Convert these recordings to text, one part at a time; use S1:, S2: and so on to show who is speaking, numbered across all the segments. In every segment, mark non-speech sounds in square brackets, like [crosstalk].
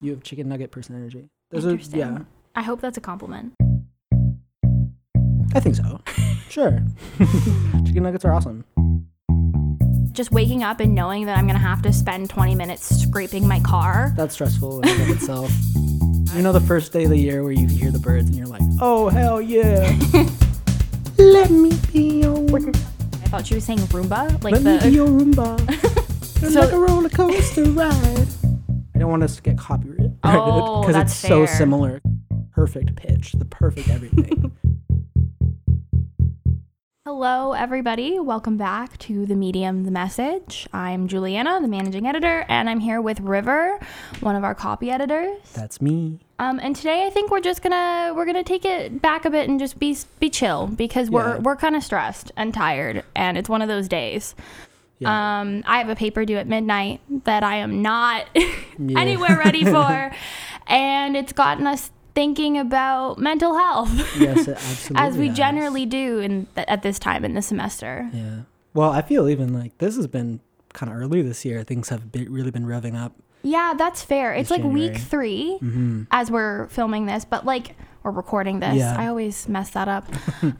S1: you have chicken nugget person energy. Those are yeah.
S2: Interesting. I hope that's a compliment.
S1: I think [laughs] so. sure. chicken nuggets are awesome.
S2: Just waking up and knowing that I'm gonna have to spend 20 minutes scraping my car.
S1: That's stressful in and of itself. You know the first day of the year where you hear the birds and you're like, oh hell yeah. [laughs] Let me be your
S2: I thought she was saying Roomba, like
S1: Let me be
S2: the.
S1: your [laughs] Roomba. It's
S2: So-
S1: like a roller coaster ride. I don't want us to get copyrighted [laughs]
S2: Oh,
S1: because
S2: that's
S1: it's so
S2: fair.
S1: similar. Perfect pitch, the perfect [laughs] everything.
S2: Hello, everybody. Welcome back to the Medium, the Message. I'm Juliana, the managing editor, and I'm here with River, one of our copy editors.
S1: That's me.
S2: Um, and today I think we're just gonna we're gonna take it back a bit and just be be chill because we're
S1: Yeah.
S2: we're kind of stressed and tired and it's one of those days.
S1: Yeah.
S2: Um, I have a paper due at midnight that I am not
S1: Um,
S2: anywhere
S1: [laughs]
S2: ready for, and it's gotten us thinking about mental health
S1: yes, [laughs] it absolutely.
S2: as we
S1: has.
S2: generally do in th- at this time in the semester.
S1: Yeah. Well, I feel even like this has been kind of early this year. Things have be- really been revving up.
S2: Yeah, that's fair.
S1: It's
S2: It's, like week
S1: January. Mm-hmm.
S2: 3 as we're filming this, but like we're recording this.
S1: Yeah.
S2: I always mess
S1: [laughs]
S2: that up.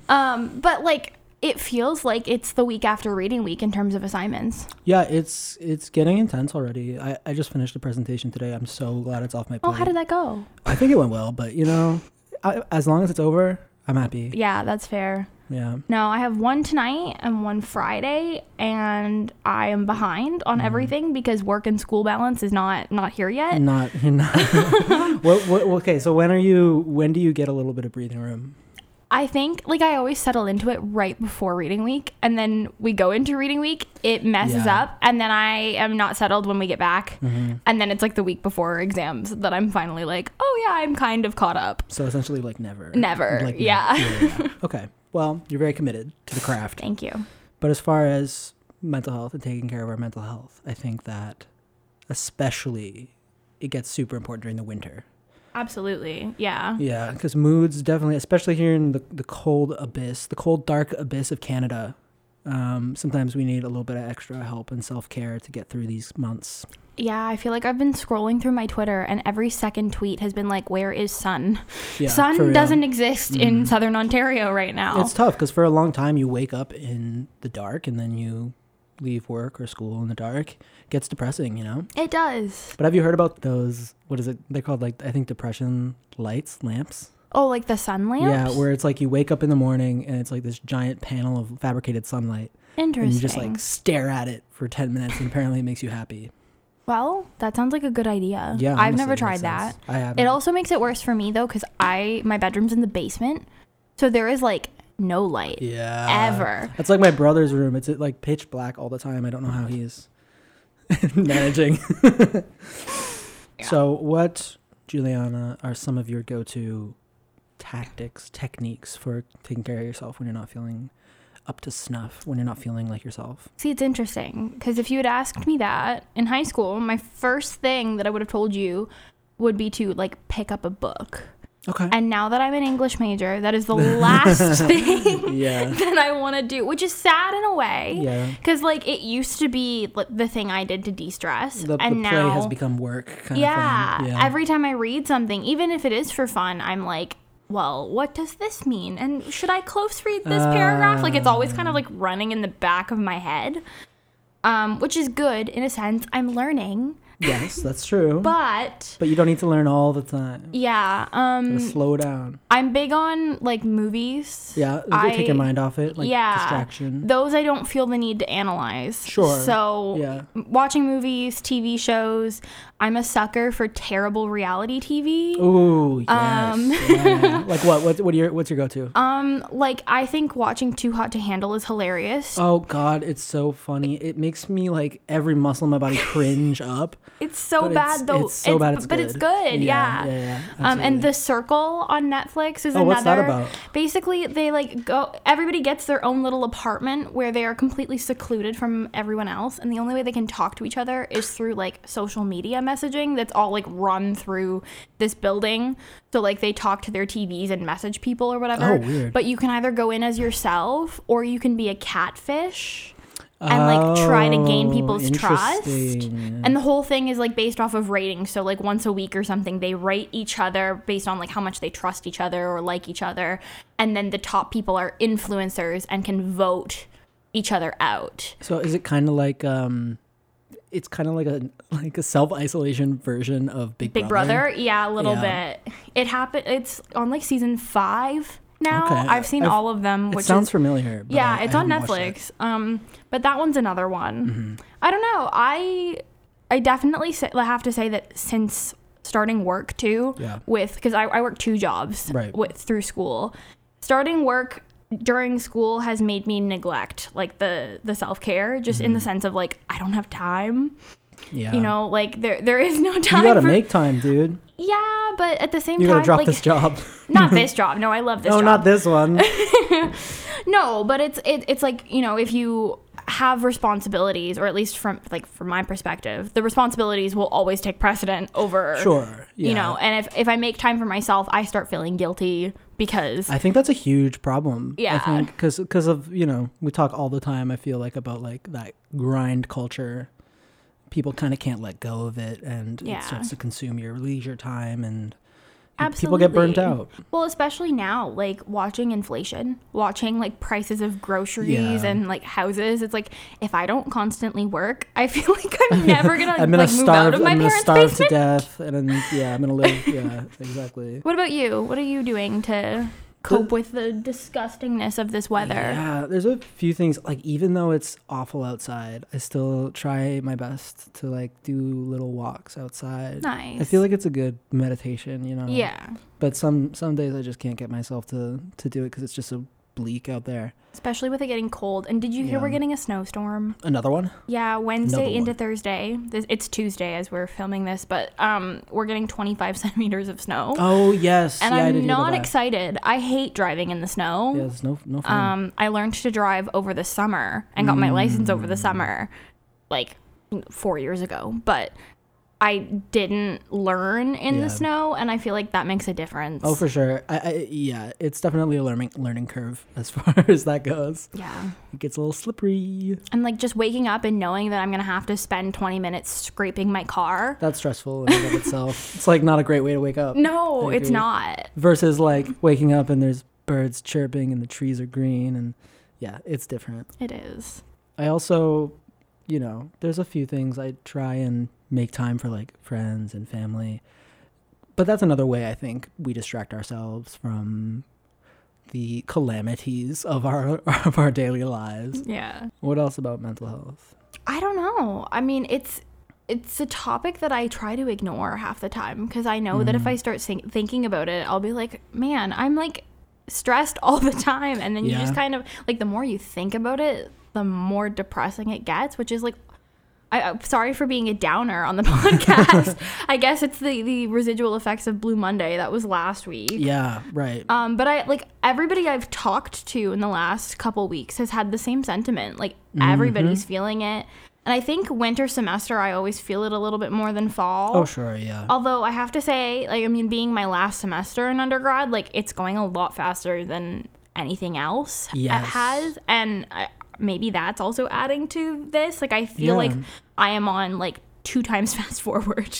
S2: um, but like it feels like it's the week after reading week in terms of assignments.
S1: Yeah, it's it's getting intense already. I, I just finished a presentation today. I'm so glad it's off my plate.
S2: Oh, how did that go?
S1: I think it went well, but you know, I, as long as it's over, I'm happy.
S2: Yeah, that's fair.
S1: Yeah.
S2: No, I have one tonight and one Friday, and I am behind
S1: Mm-hmm.
S2: on everything because work and school balance is not not here yet.
S1: Not [laughs] you're not. what, what okay, so when are you when do you get a little bit of breathing room?
S2: I think like I always settle into it right before reading week and then we go into reading week, it
S1: Yeah.
S2: messes
S1: Mm.
S2: up and then I am not settled when we get back. And then it's like the week before exams that I'm finally like, "Oh yeah, I'm kind of caught up."
S1: So essentially like never.
S2: Never,
S1: Like, never.
S2: yeah.
S1: yeah. Okay. Well, you're very committed to the craft.
S2: [laughs] Thank you.
S1: But as far as mental health and taking care of our mental health, I think that especially it gets super important during the winter.
S2: Absolutely. Yeah.
S1: Yeah, because moods definitely, especially here in the, the cold abyss, the cold, dark abyss of Canada, um, sometimes we need a little bit of extra help and self care to get through these months.
S2: Yeah, I feel like I've been scrolling through my Twitter and every second tweet has been like, "Where is sun?"
S1: Yeah, for
S2: sun
S1: real. Mm-hmm.
S2: doesn't exist in southern Ontario right now.
S1: It's tough because for a long time you wake up in the dark and then you leave work or school in the dark. gets depressing, you know?
S2: it does.
S1: But have you heard about those? What is it? They're called like I think depression lights, lamps.
S2: Oh, like the sun lamps?
S1: Yeah, where it's like you wake up in the morning and it's like this giant panel of fabricated sunlight,
S2: Interesting.
S1: and you just like stare at it for ten minutes, and apparently it makes you happy.
S2: Well, that sounds like a good idea.
S1: Yeah,
S2: I've
S1: honestly,
S2: never
S1: it
S2: tried
S1: makes
S2: that.
S1: sense. I haven't.
S2: It also makes it worse for me though, because I my bedroom's in the basement, so there is like no light.
S1: yeah,
S2: ever.
S1: That's like my brother's room. It's like pitch black all the time. I don't know how he is [laughs]
S2: [laughs]
S1: managing. So, what, Juliana, are some of your go-to tactics, techniques for taking care of yourself when you're not feeling up to snuff, when you're not feeling like yourself?
S2: See, it's interesting because if you had asked me that in high school, my first thing that I would have told you would be to like pick up a book.
S1: Okay.
S2: And now that I'm an English major,
S1: [laughs]
S2: that is the last thing [laughs]
S1: yeah.
S2: that I want to do, which is sad in a way.
S1: Yeah.
S2: Because like it used to be like, the thing I did to de-stress,
S1: The,
S2: and
S1: the
S2: now
S1: play has become work kind
S2: yeah,
S1: of thing.
S2: Every time I read something, even if it is for fun, I'm like, well, what does this mean? And should I close read this paragraph? Like it's always kind of
S1: Uh.
S2: like running in the back of my head. Um, which is good in a sense. I'm learning,
S1: yes, that's true. But,
S2: but
S1: you don't need to learn all the time.
S2: yeah, um
S1: Slow down.
S2: I'm big on like movies.
S1: Yeah,
S2: I-
S1: take your mind off it. Like
S2: yeah.
S1: distraction.
S2: Those I don't feel the need to analyze.
S1: Sure,
S2: So
S1: yeah.
S2: watching movies, TV shows, I'm a sucker for terrible reality TV.
S1: Ooh, yes.
S2: [laughs]
S1: yeah. Like what? What? What are your? What's your go-to?
S2: Um, like I think watching Too Hot to Handle is hilarious.
S1: oh God, it's so funny. It makes me like every muscle in my body cringe up.
S2: it's so
S1: but
S2: bad
S1: it's-
S2: though.
S1: It's so bad. It's
S2: but
S1: good.
S2: it's good.
S1: Yeah.
S2: Yeah.
S1: yeah,
S2: um, and The Circle on Netflix is
S1: Oh,
S2: another.
S1: what's that about?
S2: Basically, they like go. Everybody gets their own little apartment where they are completely secluded from everyone else, and the only way they can talk to each other is through like social media messaging. That's all like run through this building. So like they talk to their TVs and message people or whatever.
S1: Oh, weird.
S2: But you can either go in as yourself or you can be a catfish.
S1: absolutely.
S2: and like try to gain
S1: Oh,
S2: people's trust.
S1: interesting.
S2: And the whole thing is like based off of ratings. So like once a week or something, they rate each other based on like how much they trust each other or like each other. And then the top people are influencers and can vote each other out.
S1: So is it kind of like um, it's kind of like a like a self isolation version of Big,
S2: Big Brother, yeah, a little
S1: Yeah.
S2: bit. It happened. It's on like season five now.
S1: Okay.
S2: I've seen
S1: I've-
S2: all of them.
S1: It
S2: Which
S1: sounds
S2: is,
S1: familiar. but
S2: yeah,
S1: I- I
S2: it's on
S1: haven't watched it. Mm-hmm.
S2: Netflix. Um, but that one's another one. I don't know. I I definitely say, I have to say that since starting work too,
S1: Yeah.
S2: with because I, I work two jobs
S1: Right.
S2: with through school. Starting work during school has made me neglect like the the self care, just in the sense of like I don't have time.
S1: Mm-hmm. Yeah.
S2: You know, like there there is no time.
S1: you gotta
S2: for,
S1: make time, dude.
S2: Yeah, but at the same
S1: You
S2: time,
S1: gotta drop
S2: like
S1: this
S2: [laughs]
S1: job. [laughs]
S2: not this job. No, I love this.
S1: No,
S2: job.
S1: not this one.
S2: [laughs] No, but it's it, it's like you know if you have responsibilities, or at least from like from my perspective, the responsibilities will always take precedent over.
S1: sure. Yeah.
S2: You know, and if if I make time for myself, I start feeling guilty because
S1: I think that's a huge problem. I
S2: Yeah.
S1: think because of you know we talk all the time. I feel like about like that grind culture. People kind of can't let go of it, and
S2: Yeah.
S1: it starts to consume your leisure time, and people get burnt out.
S2: Absolutely. Well, especially now, like watching inflation, watching like prices of groceries
S1: Yeah.
S2: and like houses. It's like if I don't constantly work, I [laughs] feel like
S1: [laughs]
S2: I'm never gonna,
S1: I'm gonna
S2: like, move out
S1: starve.
S2: of my
S1: I'm gonna
S2: parents'
S1: starve
S2: basement.
S1: to death, and then yeah, I'm gonna live.
S2: [laughs]
S1: Yeah, exactly.
S2: What about you? What are you doing to cope with the disgustingness of this weather?
S1: Yeah, there's a few things like even though it's awful outside, I still try my best to like do little walks outside.
S2: Nice.
S1: I feel like it's a good meditation, you know.
S2: Yeah.
S1: But some some days I just can't get myself to to do it because it's just so bleak out there.
S2: Especially with it getting cold. And did you hear
S1: Yeah.
S2: we're getting a snowstorm?
S1: Another one.
S2: Yeah, Wednesday
S1: Another
S2: into
S1: one.
S2: Thursday. This, it's Tuesday as we're filming this, but um, we're getting 25 [laughs] centimeters of snow.
S1: Oh yes,
S2: and
S1: yeah, I did
S2: I'm
S1: hear about
S2: not
S1: that.
S2: excited. I hate driving in the snow.
S1: Yeah, it's no no fun.
S2: Um, I learned to drive over the summer and got my license over
S1: Mm.
S2: the summer, like four years ago. But I didn't learn in
S1: Yeah.
S2: the snow, and I feel like that makes a difference.
S1: oh for sure. I, I yeah, it's definitely a learning learning curve [laughs] as far as that goes.
S2: yeah.
S1: It gets a little slippery.
S2: And like just waking up and knowing that I'm gonna have to spend 20 minutes scraping my car.
S1: That's stressful in and of
S2: [laughs]
S1: itself. It's like not a great way to wake up.
S2: No,
S1: I
S2: it's
S1: agree.
S2: not.
S1: Versus like waking up and there's birds chirping and the trees are green and yeah, it's different.
S2: It is.
S1: I also, you know, there's a few things I try and make time for like friends and family. But that's another way I think we distract ourselves from the calamities of our [laughs] of our daily lives.
S2: Yeah.
S1: What else about mental health?
S2: I don't know. I mean, it's it's a topic that I try to ignore half the time because I know that if I start think- thinking about it, I'll be like, man, I'm like stressed all the time, and then you just
S1: Yeah.
S2: kind of like the more you think about it, the more depressing it gets, which is like. I, I'm sorry for being a downer on the [laughs] podcast. I guess it's the, the residual effects of Blue Monday. That was last week.
S1: Yeah, right.
S2: Um, but I like everybody I've talked to in the last couple weeks has had the same sentiment. Like
S1: Mm-hmm.
S2: everybody's feeling it. And I think winter semester I always feel it a little bit more than fall.
S1: oh sure, yeah.
S2: Although I have to say, like I mean being my last semester in undergrad, like it's going a lot faster than anything else
S1: Yes.
S2: it has and I, maybe that's also adding to this. Like I feel
S1: Yeah.
S2: like I am on like two times [laughs] fast forward.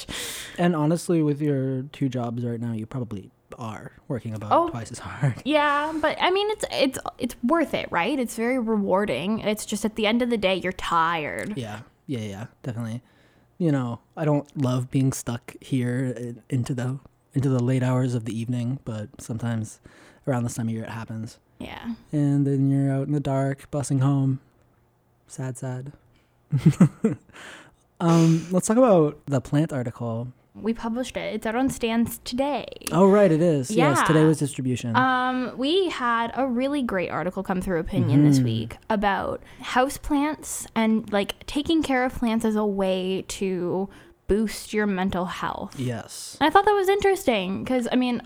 S1: And honestly with your two jobs right now, you probably are working about
S2: Oh.
S1: twice as hard.
S2: Yeah, but I mean, it's it's it's worth it, right? It's very rewarding. It's just at the end of the day, you're tired.
S1: Yeah, yeah, yeah, definitely. You know, I don't love being stuck here i- into the into the late hours of the evening, but sometimes around this time of year it happens,
S2: Yeah,
S1: and then you're out in the dark, bussing home. Sad, sad. [laughs] um, let's talk about the plant article.
S2: we published it. It's out on stands today.
S1: Oh, right, it is. Yes, today
S2: Yeah.
S1: was distribution.
S2: Um, we had a really great article come through opinion this week about houseplants and like taking care of plants as a way to boost your mental health.
S1: yes.
S2: And I thought that was interesting because I mean,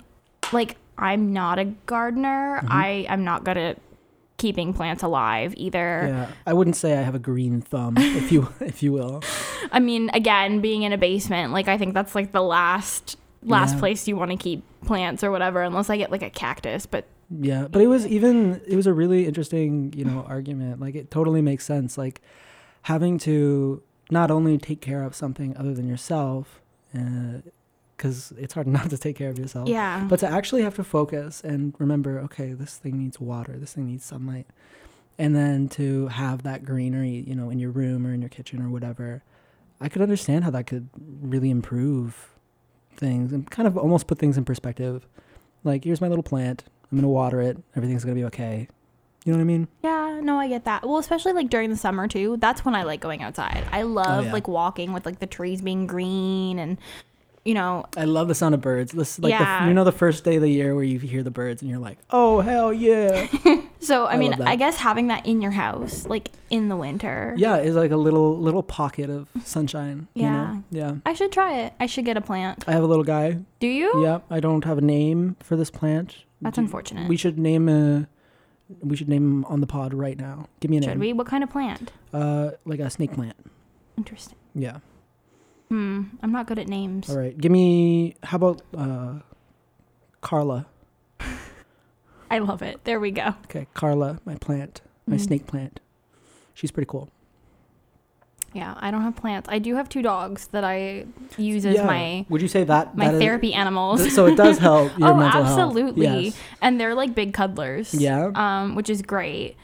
S2: like I'm not a gardener. I I'm not good at keeping plants alive either.
S1: Yeah, I wouldn't say I have a green thumb, if you [laughs] if you will.
S2: I mean, again, being in a basement, like I think that's like the last last
S1: Yeah.
S2: place you want to keep plants or whatever, unless I get like a cactus. But
S1: Yeah, but it was even it was a really interesting, you know, argument. Like it totally makes sense like having to not only take care of something other than yourself uh, cuz it's hard [laughs] not to take care of yourself.
S2: Yeah.
S1: Oh. But to actually have to focus and remember, okay, this thing needs water, this thing needs sunlight. And then to have that greenery, you know, in your room or in your kitchen or whatever. I could understand how that could really improve things and kind of almost put things in perspective. Like, here's my little plant. I'm gonna water it. Everything's gonna be okay. You know what I mean?
S2: Yeah, no, I get that. Well, especially like during the summer too. That's when I like going outside. I love
S1: Oh, yeah.
S2: like walking with like the trees being green and you know,
S1: I love the sound of birds. This like
S2: Yeah.
S1: the, you know the first day of the year where you hear the birds and you're like, oh hell yeah,
S2: so I, mean,
S1: love that.
S2: I guess having that in your house like in the winter.
S1: yeah. It's like a little little pocket of sunshine. You know? Yeah.
S2: I should try it. I should get a plant.
S1: I have a little guy.
S2: Do you?
S1: Yeah. I don't have a name for this plant.
S2: That's unfortunate.
S1: We should name a. We should name him on the pod right now. Give me a
S2: should
S1: name.
S2: we? What kind of plant?
S1: Uh, like a snake plant.
S2: Interesting.
S1: Yeah.
S2: Hmm. I'm not good at names.
S1: All right. Give me. How about uh, Carla?
S2: I love it. There we go.
S1: Okay, Carla, my plant, my
S2: Mm.
S1: snake plant. She's pretty cool.
S2: Yeah, I don't have plants. I do have two dogs that I use as my
S1: Would you say that
S2: my
S1: that is-
S2: therapy animals.
S1: th- so it does help your
S2: oh,
S1: mental health.
S2: absolutely.
S1: Yes.
S2: [laughs] And they're like big cuddlers.
S1: Yeah.
S2: Um, which is great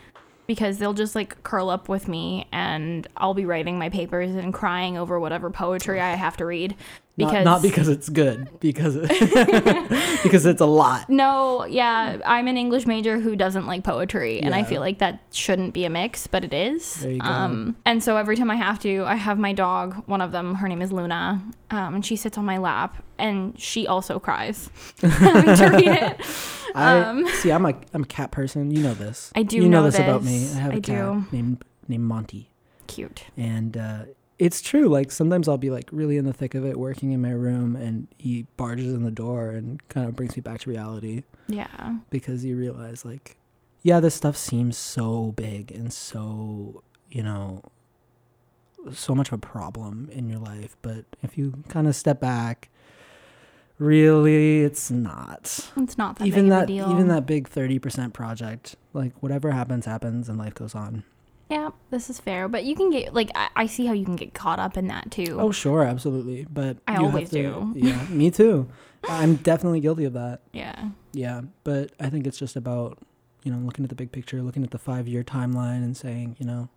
S2: because they'll just like curl up with me and I'll be writing my papers and crying over whatever poetry I have to read
S1: Not-
S2: because
S1: not, because it's good,
S2: [laughs]
S1: because [laughs] because it's a lot.
S2: no, yeah, I'm an English major who doesn't like poetry, and I
S1: Yeah.
S2: feel like that shouldn't be a mix, but it is.
S1: There you go.
S2: Um, and so every time I have to, I have my dog, one of them, her name is Luna, um, and she sits on my lap, and she also cries [laughs] having to read it.
S1: I
S2: Um. [laughs]
S1: see. I'm a I'm a cat person. You know this.
S2: I do
S1: You know,
S2: know
S1: this, about me.
S2: this.
S1: I have a
S2: I
S1: cat named named Monty.
S2: Cute.
S1: And uh, it's true. Like sometimes I'll be like really in the thick of it, working in my room, and he barges in the door and kind of brings me back to reality
S2: Yeah.
S1: because you realize like, yeah, this stuff seems so big and so you know, so much of a problem in your life. But if you kind of step back, really, it's not.
S2: It's not that
S1: even
S2: big
S1: that
S2: of a deal.
S1: even that big 30% project like whatever happens happens and life goes on
S2: Yeah, this is fair, but you can get like I, I see how you can get caught up in that too.
S1: Oh, sure, absolutely. But
S2: I
S1: you have
S2: always
S1: to-
S2: do.
S1: [laughs] Yeah, me too. I'm definitely guilty of that.
S2: Yeah.
S1: Yeah, but I think it's just about you know looking at the big picture, looking at the five year timeline, and saying you know,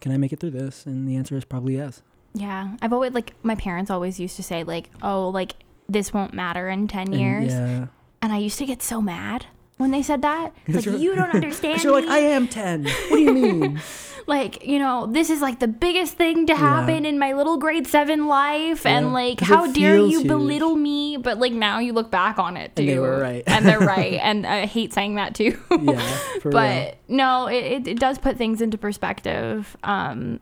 S1: can I make it through this? And the answer is probably yes.
S2: Yeah. I've always like my parents always used to say like, "Oh, like this won't matter in 10
S1: And
S2: years."
S1: yeah,
S2: And I used to get so mad when they said that.
S1: [laughs]
S2: It's
S1: you're-
S2: like, you don't understand.
S1: 'Cause you're like
S2: me.
S1: I am ten. What do you
S2: [laughs]
S1: mean?
S2: Like, you know, this is like the biggest thing to happen in my little grade seven life.
S1: Yeah.
S2: And like,
S1: 'Cause
S2: how
S1: it
S2: dare
S1: feels
S2: you
S1: huge.
S2: belittle me? But like, now you look back on it, dude.
S1: And they were right. [laughs]
S2: and they're right. And I hate saying that too.
S1: yeah, for real.
S2: but no, it, it, it does put things into perspective. Um,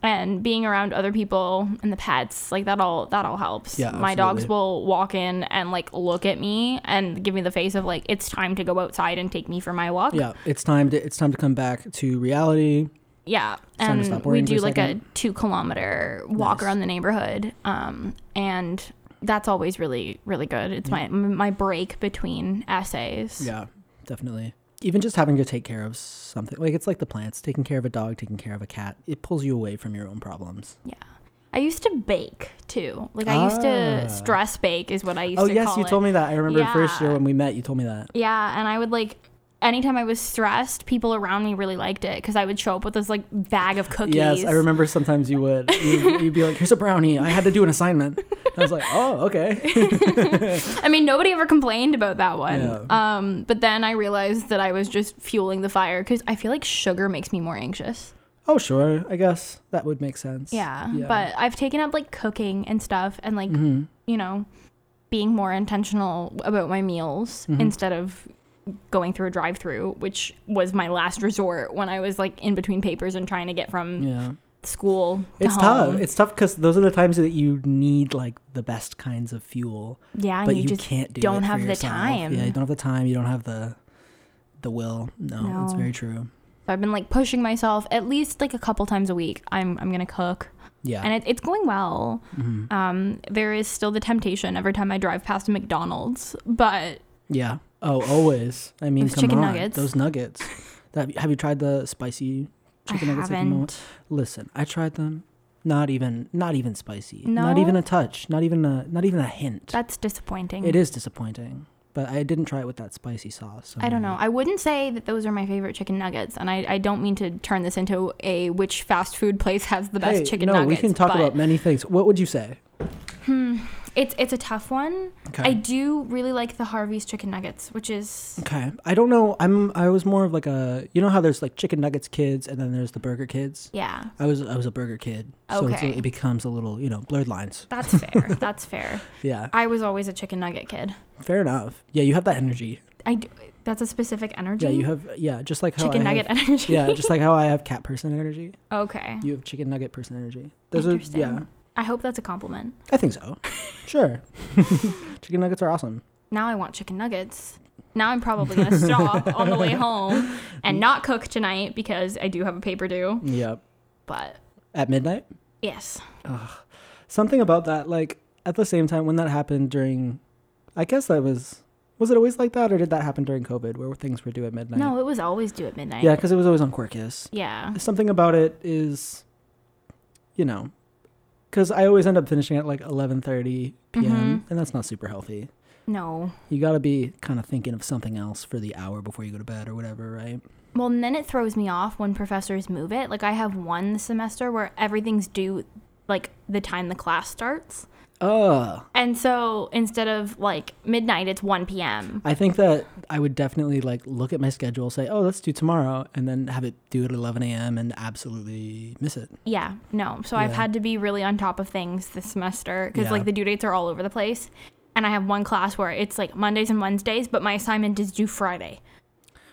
S2: and being around other people and the pets, like that all that all helps.
S1: Yeah,
S2: My dogs
S1: absolutely.
S2: will walk in and like look at me and give me the face of like it's time to go outside and take me for my walk.
S1: Yeah, it's time to it's time to come back to reality.
S2: Yeah,
S1: time to
S2: and
S1: stop
S2: we
S1: worrying for a
S2: do like a
S1: second.
S2: two kilometer walk
S1: Nice.
S2: around the neighborhood, um, and that's always really really good. It's my my break between essays.
S1: Yeah, definitely. Even just having to take care of something like it's like the plants, taking care of a dog, taking care of a cat. It pulls you away from your own problems.
S2: Yeah. I used to bake too. Like I used
S1: Ah.
S2: to stress bake is what I used
S1: Oh
S2: to
S1: yes,
S2: call
S1: you
S2: it.
S1: told me that. I remember the first year
S2: Yeah.
S1: when we met, you told me that.
S2: Yeah, and I would like anytime I was stressed, people around me really liked it cuz I would show up with this like bag of cookies.
S1: Yes, I remember. Sometimes you would.
S2: [laughs]
S1: You'd, you'd be like, "Here's a brownie. I had to do an assignment." And I was like, "Oh,
S2: [laughs]
S1: okay."
S2: I mean, nobody ever complained about that one.
S1: Yeah.
S2: Um, but then I realized that I was just fueling the fire cuz I feel like sugar makes me more anxious.
S1: Oh, sure. I guess that would make sense.
S2: Yeah, but I've taken up like cooking and stuff and like,
S1: Mhm.
S2: you know, being more intentional about my meals
S1: Mm-hmm.
S2: instead of going through a drive-through, which was my last resort when I was like in between papers and trying to get from
S1: yeah,
S2: school to
S1: it's
S2: home.
S1: tough. It's tough because those are the times that you need like the best kinds of fuel,
S2: yeah, and
S1: but
S2: you,
S1: you,
S2: just
S1: can't do.
S2: don't
S1: it for
S2: have the
S1: yourself.
S2: time.
S1: Yeah, you don't have the time. You don't have the the will. No, it's
S2: No.
S1: very true.
S2: I've been like pushing myself at least like a couple times a week. I'm I'm gonna cook,
S1: Yeah,
S2: and it, Uh, it's going well.
S1: Mhm.
S2: Um, there is still the temptation every time I drive past a McDonald's, but
S1: yeah. Oh, always. I mean,
S2: Those
S1: come
S2: chicken
S1: on,
S2: nuggets.
S1: those nuggets. That have you tried the spicy chicken
S2: I
S1: nuggets? at the moment?
S2: haven't.
S1: Listen, I tried them. Not even, not even spicy. Not
S2: No?
S1: even a touch. Not even a, not even a hint.
S2: That's disappointing.
S1: It is disappointing, but I didn't try it with that spicy sauce. Um, so
S2: I don't
S1: maybe-
S2: know. I wouldn't say that those are my favorite chicken nuggets, and I, I don't mean to turn this into a which fast food place has the best
S1: Hey,
S2: chicken
S1: no,
S2: nuggets.
S1: we can talk
S2: but [laughs] hmm,
S1: about many things. What would you say?
S2: It's it's a tough one.
S1: Okay.
S2: I do really like the Harvey's chicken nuggets, which is
S1: Okay. I don't know. I'm I was more of like a you know how there's like chicken nuggets kids and then there's the burger kids.
S2: yeah.
S1: I was I was a burger kid. So it's,
S2: Okay.
S1: it becomes a little, you know, blurred lines.
S2: That's
S1: [laughs]
S2: fair. that's fair.
S1: Yeah.
S2: I was always a chicken nugget kid.
S1: Fair enough. Yeah, you have that energy.
S2: I do, that's a specific energy.
S1: Yeah, you have yeah, just like how
S2: Mm-hmm. chicken
S1: I
S2: nugget
S1: have,
S2: energy.
S1: Yeah, just like how I have cat person energy.
S2: [laughs] okay.
S1: You have chicken nugget person energy. Those are
S2: Interesting.
S1: yeah.
S2: I hope that's a compliment.
S1: I think
S2: [laughs]
S1: so. Sure. [laughs] chicken nuggets are awesome.
S2: Now I want chicken nuggets. Now I'm probably
S1: [laughs]
S2: gonna stop on the way home and not cook tonight because I do have a paper due.
S1: Yep.
S2: But
S1: At midnight?
S2: yes,
S1: something about that like at the same time when that happened during i guess that was was it always like that or did that happen during covid where things were due at midnight
S2: no, it was always due at midnight.
S1: yeah because it was always on quirkus
S2: Yeah.
S1: something about it is you know because i always end up finishing at like 11.30 p.m
S2: Mm-hmm.
S1: and that's not super healthy
S2: No.
S1: you gotta be kind of thinking of something else for the hour before you go to bed or whatever right
S2: Well, and then it throws me off when professors move it. Like I have one semester where everything's due like the time the class starts.
S1: uh
S2: And so instead of like midnight, it's 1 p.m.
S1: i think that i would definitely like look at my schedule say oh let's do tomorrow and then have it due at 11 a.m and absolutely miss it
S2: Yeah, no. So I've
S1: Yeah.
S2: had to be really on top of things this semester because
S1: Yeah.
S2: like the due dates are all over the place. And I have one class where it's like Mondays and Wednesdays, but my assignment is due Friday,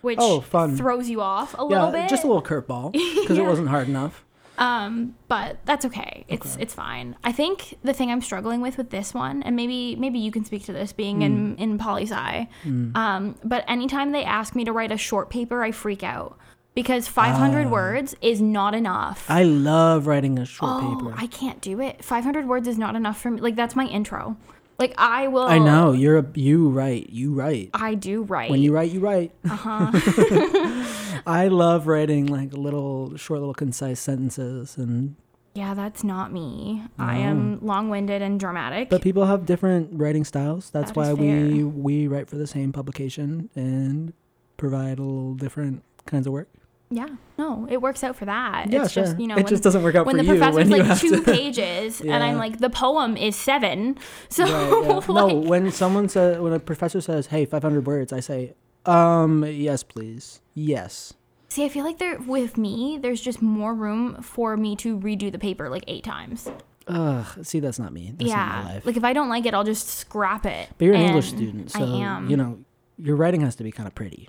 S2: which
S1: Oh, fun.
S2: throws you off a little bit.
S1: just a little
S2: [laughs]
S1: curveball because it wasn't hard enough.
S2: Um, but that's okay. It's it's fine. I think the thing I'm struggling with with this one, and maybe maybe you can speak to this being
S1: Mm.
S2: in in poli sci. Um, but anytime they ask me to write a short paper, I freak out because 500
S1: Ah.
S2: words is not enough.
S1: I love writing a short
S2: oh,
S1: paper.
S2: I can't do it. 500 words is not enough for me. Like that's my intro. Like I will.
S1: I know you're a you write you write.
S2: I do write.
S1: When you write, you write. Uh-huh. [laughs] I love writing like little short, little concise sentences, and
S2: yeah, that's not me. I am long-winded and dramatic.
S1: but people have different writing styles. That's
S2: That
S1: why
S2: is
S1: we
S2: fair.
S1: we write for the same publication and provide a little different kinds of work.
S2: Yeah, no, it works out for that.
S1: Yeah,
S2: it's
S1: sure.
S2: just you know
S1: It
S2: when,
S1: just doesn't work out
S2: when
S1: for
S2: the
S1: you when
S2: professor's
S1: you
S2: like
S1: have
S2: two
S1: to- [laughs]
S2: pages, and I'm
S1: Yeah.
S2: like the poem is seven. [laughs]
S1: [laughs]
S2: So
S1: Right, yeah.
S2: [laughs]
S1: no,
S2: like,
S1: when someone says, when a professor says, "Hey, 500 words," I say, "Um, yes, please, yes."
S2: see, I feel like there with me, there's just more room for me to redo the paper like eight times.
S1: Ugh, see, that's not me. That's not my
S2: yeah,
S1: life.
S2: like if I don't like it, I'll just scrap it.
S1: but you're an English
S2: And
S1: student,
S2: I
S1: so
S2: am.
S1: you know your writing has to be kind of pretty.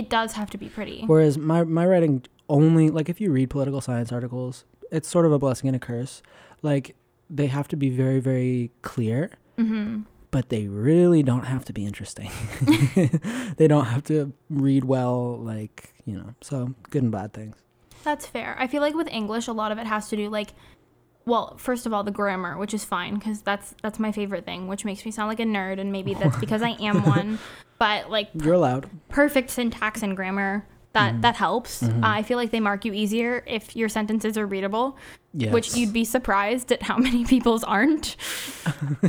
S2: it does have to be pretty.
S1: Whereas my my writing only like if you read political science articles, it's sort of a blessing and a curse. Like they have to be very very clear,
S2: Mm-hmm.
S1: but they really don't have to be interesting. [laughs] they don't have to read well, like you know. So good and bad things.
S2: That's fair. I feel like with English, a lot of it has to do like, well, first of all, the grammar, which is fine because that's that's my favorite thing, which makes me sound like a nerd, and maybe [laughs] that's because I am one. But like
S1: You're allowed.
S2: perfect syntax and grammar, that that helps. Uh, I feel like they mark you easier if your sentences are readable,
S1: Yeah.
S2: which
S1: [laughs]
S2: you'd [laughs] be surprised at how [laughs] many people's aren't.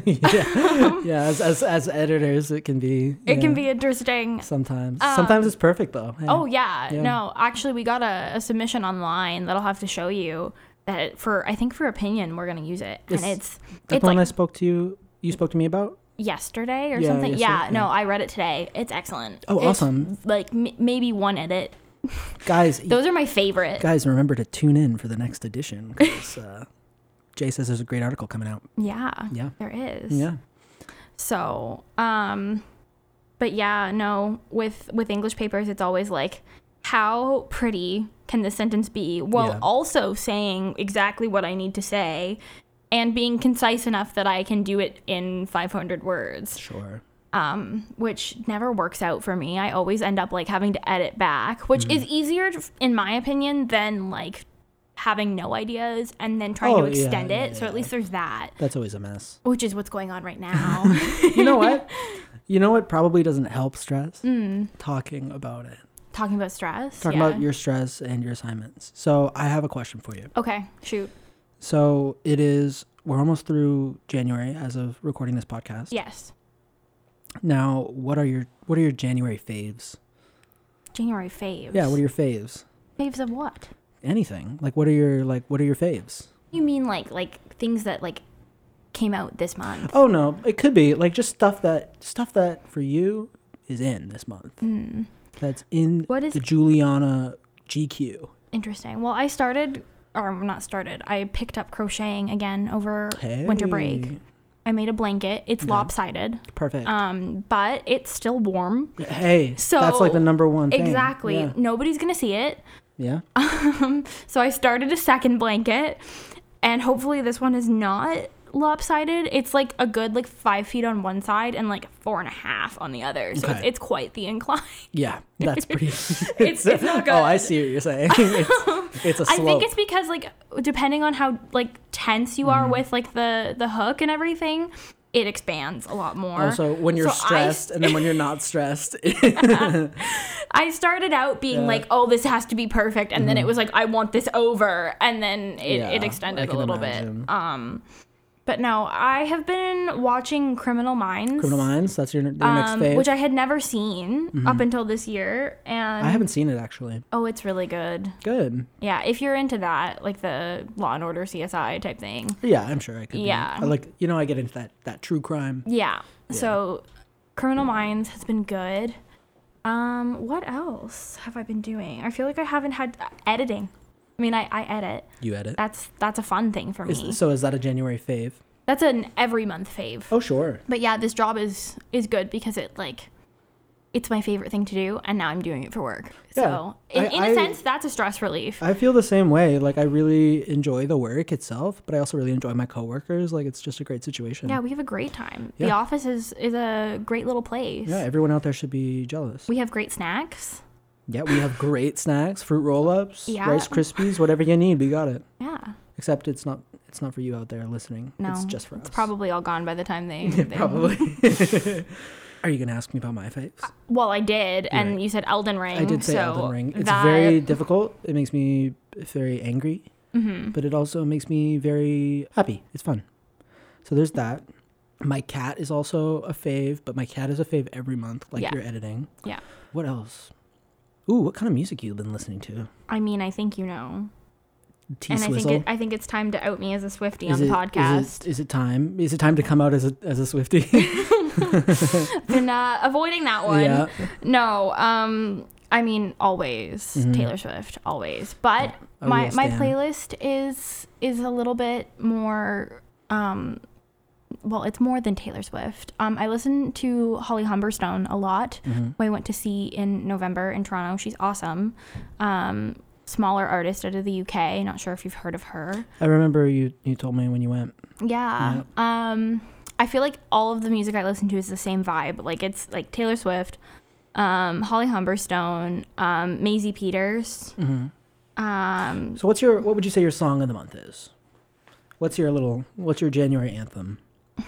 S1: yeah, yeah as, as as editors, it can be.
S2: It can
S1: yeah,
S2: be interesting.
S1: sometimes. sometimes it's perfect though. Hey.
S2: Oh yeah,
S1: Yeah.
S2: no. Actually, we got a, a submission online that I'll have to show you. That for I think for opinion we're gonna use it,
S1: Yes.
S2: and it's
S1: That's
S2: it's
S1: the one
S2: like
S1: I spoke to you. You spoke to me about.
S2: yesterday or
S1: Yeah,
S2: something. Yeah,
S1: yesterday,
S2: no, I read it today. It's excellent.
S1: Oh,
S2: It's,
S1: awesome.
S2: Like m- maybe one edit.
S1: Guys,
S2: Those are my favorite.
S1: guys, remember to tune in for the next
S2: [laughs]
S1: edition. 'cause, uh, Jay says there's a great article coming out.
S2: Yeah.
S1: Yeah.
S2: There is.
S1: Yeah.
S2: So, um but yeah, no, with with English papers it's always like how pretty can this sentence be while
S1: Yeah.
S2: also saying exactly what I need to say and being concise enough that I can do it in 500 words.
S1: Sure.
S2: um, which never works out for me. I always end up like having to edit back, which
S1: Mm-hmm.
S2: is easier, t- in my opinion, than like having no ideas and then trying
S1: Oh,
S2: to
S1: yeah,
S2: extend
S1: yeah,
S2: it. So
S1: yeah.
S2: at least there's that,
S1: That's always a mess. [laughs]
S2: which is what's going on right now. [laughs]
S1: You know what? You know what probably doesn't help stress?
S2: Mm.
S1: Talking about it.
S2: Talking about stress.
S1: Talking
S2: yeah.
S1: about your stress and your assignments. So I have a question for you.
S2: Okay, shoot.
S1: So it is we're almost through January as of recording this podcast.
S2: Yes.
S1: Now, what are your what are your January faves?
S2: January faves.
S1: Yeah, what are your faves?
S2: faves of what?
S1: Anything. Like what are your like what are your faves?
S2: You mean like like things that like came out this month?
S1: Oh no, it could be like just stuff that stuff that for you is in this month. That's in
S2: Hmm. What is-
S1: the Juliana GQ.
S2: Interesting. Well, I started or not started. I picked up crocheting again over winter break.
S1: Hey,
S2: I made a blanket. It's lopsided.
S1: Perfect.
S2: Um, but it's still warm.
S1: hey,
S2: so-
S1: that's like the number one thing.
S2: Exactly.
S1: Yeah.
S2: Nobody's gonna see it.
S1: yeah.
S2: So I started a second blanket, and hopefully this one is not lopsided. It's like a good like five feet on one side and like four and a half on the other. So it's,
S1: Okay.
S2: it's quite the incline. [laughs]
S1: Yeah, that's pretty.
S2: It's- it's not
S1: [laughs] Oh, I
S2: good.
S1: see what you're saying. [laughs] it's, it's a
S2: [laughs] I
S1: slope.
S2: think it's because like depending on how like tense you
S1: Mm-hmm.
S2: are with like the the hook and everything, it expands a lot more.
S1: also, Oh, when you're
S2: So I-
S1: stressed, and then when you're [laughs] not stressed,
S2: I started out being
S1: Yeah. Mm-hmm.
S2: like, oh, this has to be perfect. And then it was like, I want this over. And then it,
S1: Yeah,
S2: it
S1: I
S2: extended a
S1: can
S2: little
S1: imagine.
S2: bit. Um, but no, I have been watching Criminal Minds,
S1: Criminal Minds. That's your, your next
S2: um,
S1: fave.
S2: which
S1: I,
S2: I had never seen up until this year. And
S1: haven't seen it actually.
S2: oh, it's really good.
S1: Good.
S2: Yeah, if you're into that, like the Law and Order CSI type thing.
S1: Yeah, I'm sure I could. be.
S2: Yeah.
S1: I like you know I get into that that true crime.
S2: Yeah. So Criminal Minds has been good. Um, what else have I been doing? I feel like I haven't had editing. I mean, I, I edit.
S1: You edit.
S2: that's that's a fun thing for me.
S1: Is, so is that a January fave?
S2: that's an every month fave.
S1: Oh sure.
S2: But yeah, this job is is good because it like it's my favorite thing to do and now I'm doing it for work. So
S1: Yeah.
S2: in,
S1: I-
S2: in a
S1: I-
S2: sense that's a stress relief.
S1: I feel the same way. Like I really enjoy the work itself, but I also really enjoy my coworkers. Like it's just a great situation.
S2: yeah, we have a great time. The
S1: Yeah.
S2: office is is a great little place.
S1: Yeah, everyone out there should be jealous.
S2: We have great snacks.
S1: yeah, we have great snacks, fruit roll-ups,
S2: Yeah.
S1: Rice Krispies, whatever you need, we got it.
S2: Yeah.
S1: Except it's not it's not for you out there listening.
S2: No.
S1: It's just for us.
S2: It's probably all gone by the time
S1: [laughs]
S2: they, they-
S1: probably. [laughs]
S2: [laughs]
S1: Are you gonna ask me about my faves?
S2: Well, I did and
S1: right.
S2: you said Elden Ring.
S1: I did say
S2: so
S1: Elden Ring. It's
S2: that-
S1: very difficult. It makes me very angry,
S2: Mhm.
S1: but it also makes me very happy. It's fun. So there's that. My cat is also a fave, but my cat is a fave every month, like
S2: Yeah.
S1: you're editing.
S2: Yeah.
S1: What else? Ooh, what kind of music you've been listening to?
S2: I mean, I think you know.
S1: T
S2: and I think
S1: Swizzle.
S2: it, I think it's time to out me as a Swifty
S1: Is
S2: on the
S1: it-
S2: podcast.
S1: Is it, is it time? Is it time to come out as a as a Swifty? [laughs]
S2: been uh, avoiding that one.
S1: yeah.
S2: No, um, I mean always Taylor Swift, always. But
S1: Mm-hmm. Oh,
S2: my
S1: yes,
S2: my
S1: Dan.
S2: playlist is is a little bit more. Um, well, it's more than Taylor Swift. Um, I listen to Holly Humberstone a lot.
S1: Mm-hmm.
S2: Who I went to see in November in Toronto. She's awesome. Um, smaller artist out of the UK. Not sure if you've heard of her.
S1: I remember you you told me when you went.
S2: Yeah. Um I feel like all of the music I listen to is the same vibe. Like it's like Taylor Swift, um, Holly Humberstone, um, Maisie Peters.
S1: Mm-hmm.
S2: Um
S1: So what's your what would you say your song of the month is? What's your little what's your January anthem?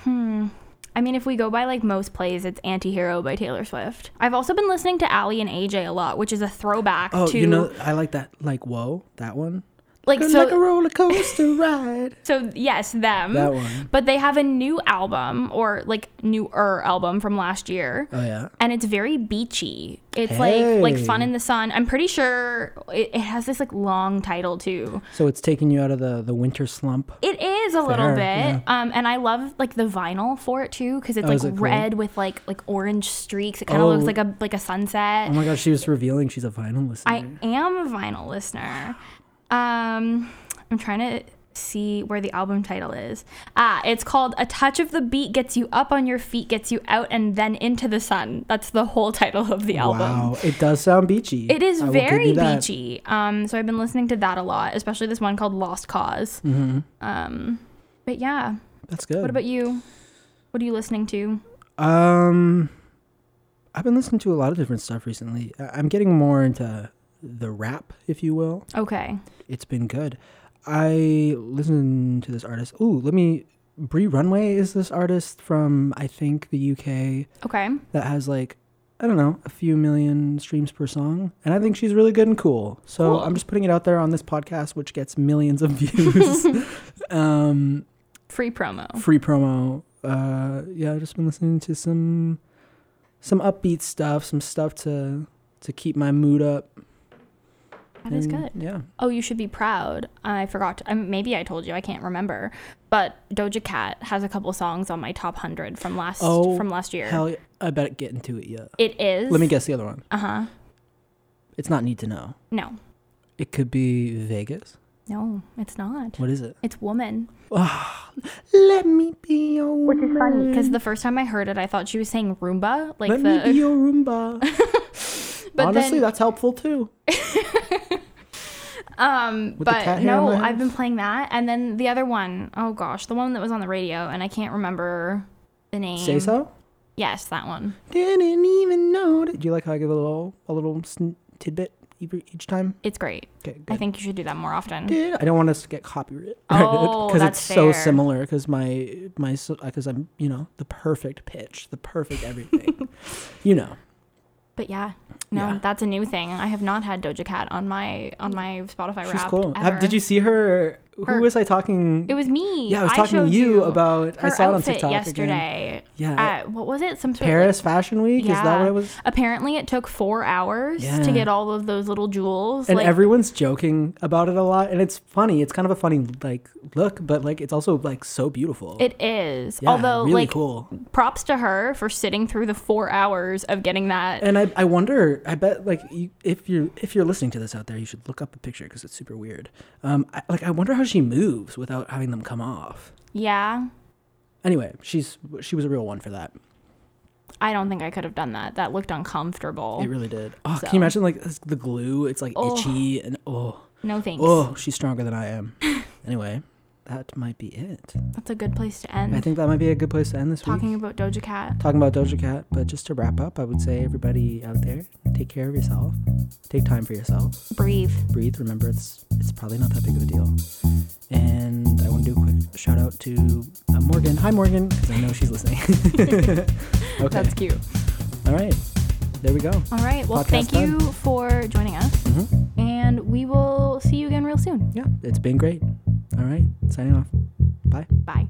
S2: hmm. I mean if we go by like most plays, it's Antihero by Taylor Swift. I've also been listening to Ali and AJ a lot, which is a throwback
S1: Oh,
S2: to
S1: you know I like that like whoa, that one.
S2: like
S1: Good
S2: so
S1: like a roller coaster ride.
S2: so yes, them.
S1: That one.
S2: But they have a new album or like newer album from last year.
S1: [laughs] Oh yeah.
S2: and it's very beachy. It's like
S1: Hey.
S2: like fun in the sun. I'm pretty sure it, it has this like long title too.
S1: So it's taking you out of the the winter slump.
S2: It is a little
S1: Fair,
S2: bit,
S1: yeah.
S2: um, and I love like the vinyl for it too because it's
S1: Oh,
S2: like
S1: is it cool?
S2: red with like like orange streaks. It kind of
S1: Oh.
S2: looks like a like a sunset.
S1: Oh my gosh, she was revealing she's a vinyl listener.
S2: I am a vinyl listener. Um, I'm trying to see where the album title is. Ah, it's called "A Touch of the Beat Gets You Up on Your Feet, Gets You Out and Then Into the Sun." That's the whole title of the album.
S1: Wow, it does sound beachy.
S2: It is
S1: I will give
S2: very
S1: you that.
S2: beachy. Um, so I've been listening to that a lot, especially this one called Lost because Um, but yeah,
S1: That's Mm-hmm. good.
S2: what about you? What are you listening to?
S1: Um, I've been listening to a lot of different stuff recently. I- I'm getting more into the rap, if you will.
S2: Okay,
S1: It's been good. I listen to this artist. Ooh, let me Brie Runway is this artist from I think the UK
S2: Okay.
S1: that has like I don't know a few million streams per song, and I think she's really good and cool. So
S2: Cool.
S1: I'm just putting it out there on this podcast, which gets millions of
S2: [laughs]
S1: views. um,
S2: Free promo.
S1: free promo. Uh, yeah, I've just been listening to some some upbeat stuff, some stuff to to keep my mood up.
S2: That is
S1: and,
S2: good.
S1: Yeah.
S2: Oh, you should be proud. I forgot. To, um, maybe I told you. I can't remember. But Doja Cat has a couple songs on my top hundred from last
S1: Oh,
S2: from last year.
S1: Hell, yeah. I better get into it. Yeah.
S2: It is.
S1: Let me guess the other one.
S2: Uh huh.
S1: It's not need to know.
S2: No,
S1: It could be Vegas.
S2: no, it's not.
S1: What is it?
S2: It's woman.
S1: Let me be your
S2: Which is funny because
S1: woman.
S2: the first time I heard it, I thought she was saying Roomba, like
S1: Let
S2: the.
S1: me be your [laughs]
S2: [laughs]
S1: Roomba.
S2: but
S1: Honestly,
S2: then,
S1: that's helpful too.
S2: um,
S1: the
S2: but
S1: cat hair on
S2: no,
S1: my
S2: I've been
S1: hands.
S2: playing that, and then the other one, oh gosh, the one that was on the radio, and I can't remember the name.
S1: Say so.
S2: Yes, that one.
S1: Didn't even know. that- Do you like how I give a little a little sn- tidbit ev- each time?
S2: It's great.
S1: Okay.
S2: I
S1: Good.
S2: think you should do that more often.
S1: did. I don't want us to get copyrighted [laughs]
S2: Oh,
S1: it's
S2: that's
S1: so
S2: fair.
S1: similar. Because my my because I'm you know the perfect pitch, the perfect
S2: [laughs]
S1: everything. you know,
S2: But yeah, no,
S1: Yeah.
S2: that's a new thing. I have not had Doja Cat on my on my Spotify
S1: she's
S2: Wrapped
S1: cool. Have-
S2: ever.
S1: did you see her? Who
S2: Her-
S1: was I talking?
S2: It was me.
S1: yeah, I was talking
S2: showed
S1: to you, about. I
S2: her
S1: saw it on
S2: outfit
S1: TikTok Again.
S2: yesterday.
S1: Yeah,
S2: At, what was it? Some sort of, like,
S1: Paris Fashion Week. Is that what it was?
S2: Apparently, it took four hours
S1: Yeah.
S2: to get all of those little jewels.
S1: And
S2: like,
S1: everyone's joking about it a lot, and it's funny. It's kind of a funny like look, but like it's also like so beautiful.
S2: it is.
S1: yeah,
S2: Although,
S1: really
S2: like, uh,
S1: cool.
S2: props to her for sitting through the four hours of getting that.
S1: And I, I wonder, I bet, like, you, if you're if you're listening to this out there, you should look up a picture because it's super weird. Um, I, like, I wonder how she moves without having them come off.
S2: yeah,
S1: Anyway, she's she was a real one for that.
S2: I don't think I could have done that. That looked uncomfortable.
S1: It really did. Oh, can
S2: So.
S1: you imagine like this- the glue? It's like
S2: Oh.
S1: itchy and oh
S2: no thanks.
S1: oh, she's stronger than I
S2: [laughs]
S1: am. anyway, that might be it.
S2: That's a good place to end.
S1: I think that might be a good place to end this
S2: Talking
S1: week.
S2: about Doja Cat.
S1: Talking about Doja Cat, but just to wrap up, I would say everybody out there, take care of yourself, take time for yourself.
S2: breathe.
S1: breathe. Remember, it's it's probably not that big of a deal. And I want to do a quick shout out to uh, Morgan. Hi, Morgan, 'cause I know she's
S2: [laughs]
S1: listening. [laughs] okay.
S2: That's cute.
S1: All right. There we go.
S2: All right.
S1: Podcast
S2: Well, thank
S1: done.
S2: you for joining us.
S1: Mhm.
S2: And we will see you again real soon.
S1: Yeah, it's been great. All right. Signing off. Bye.
S2: Bye.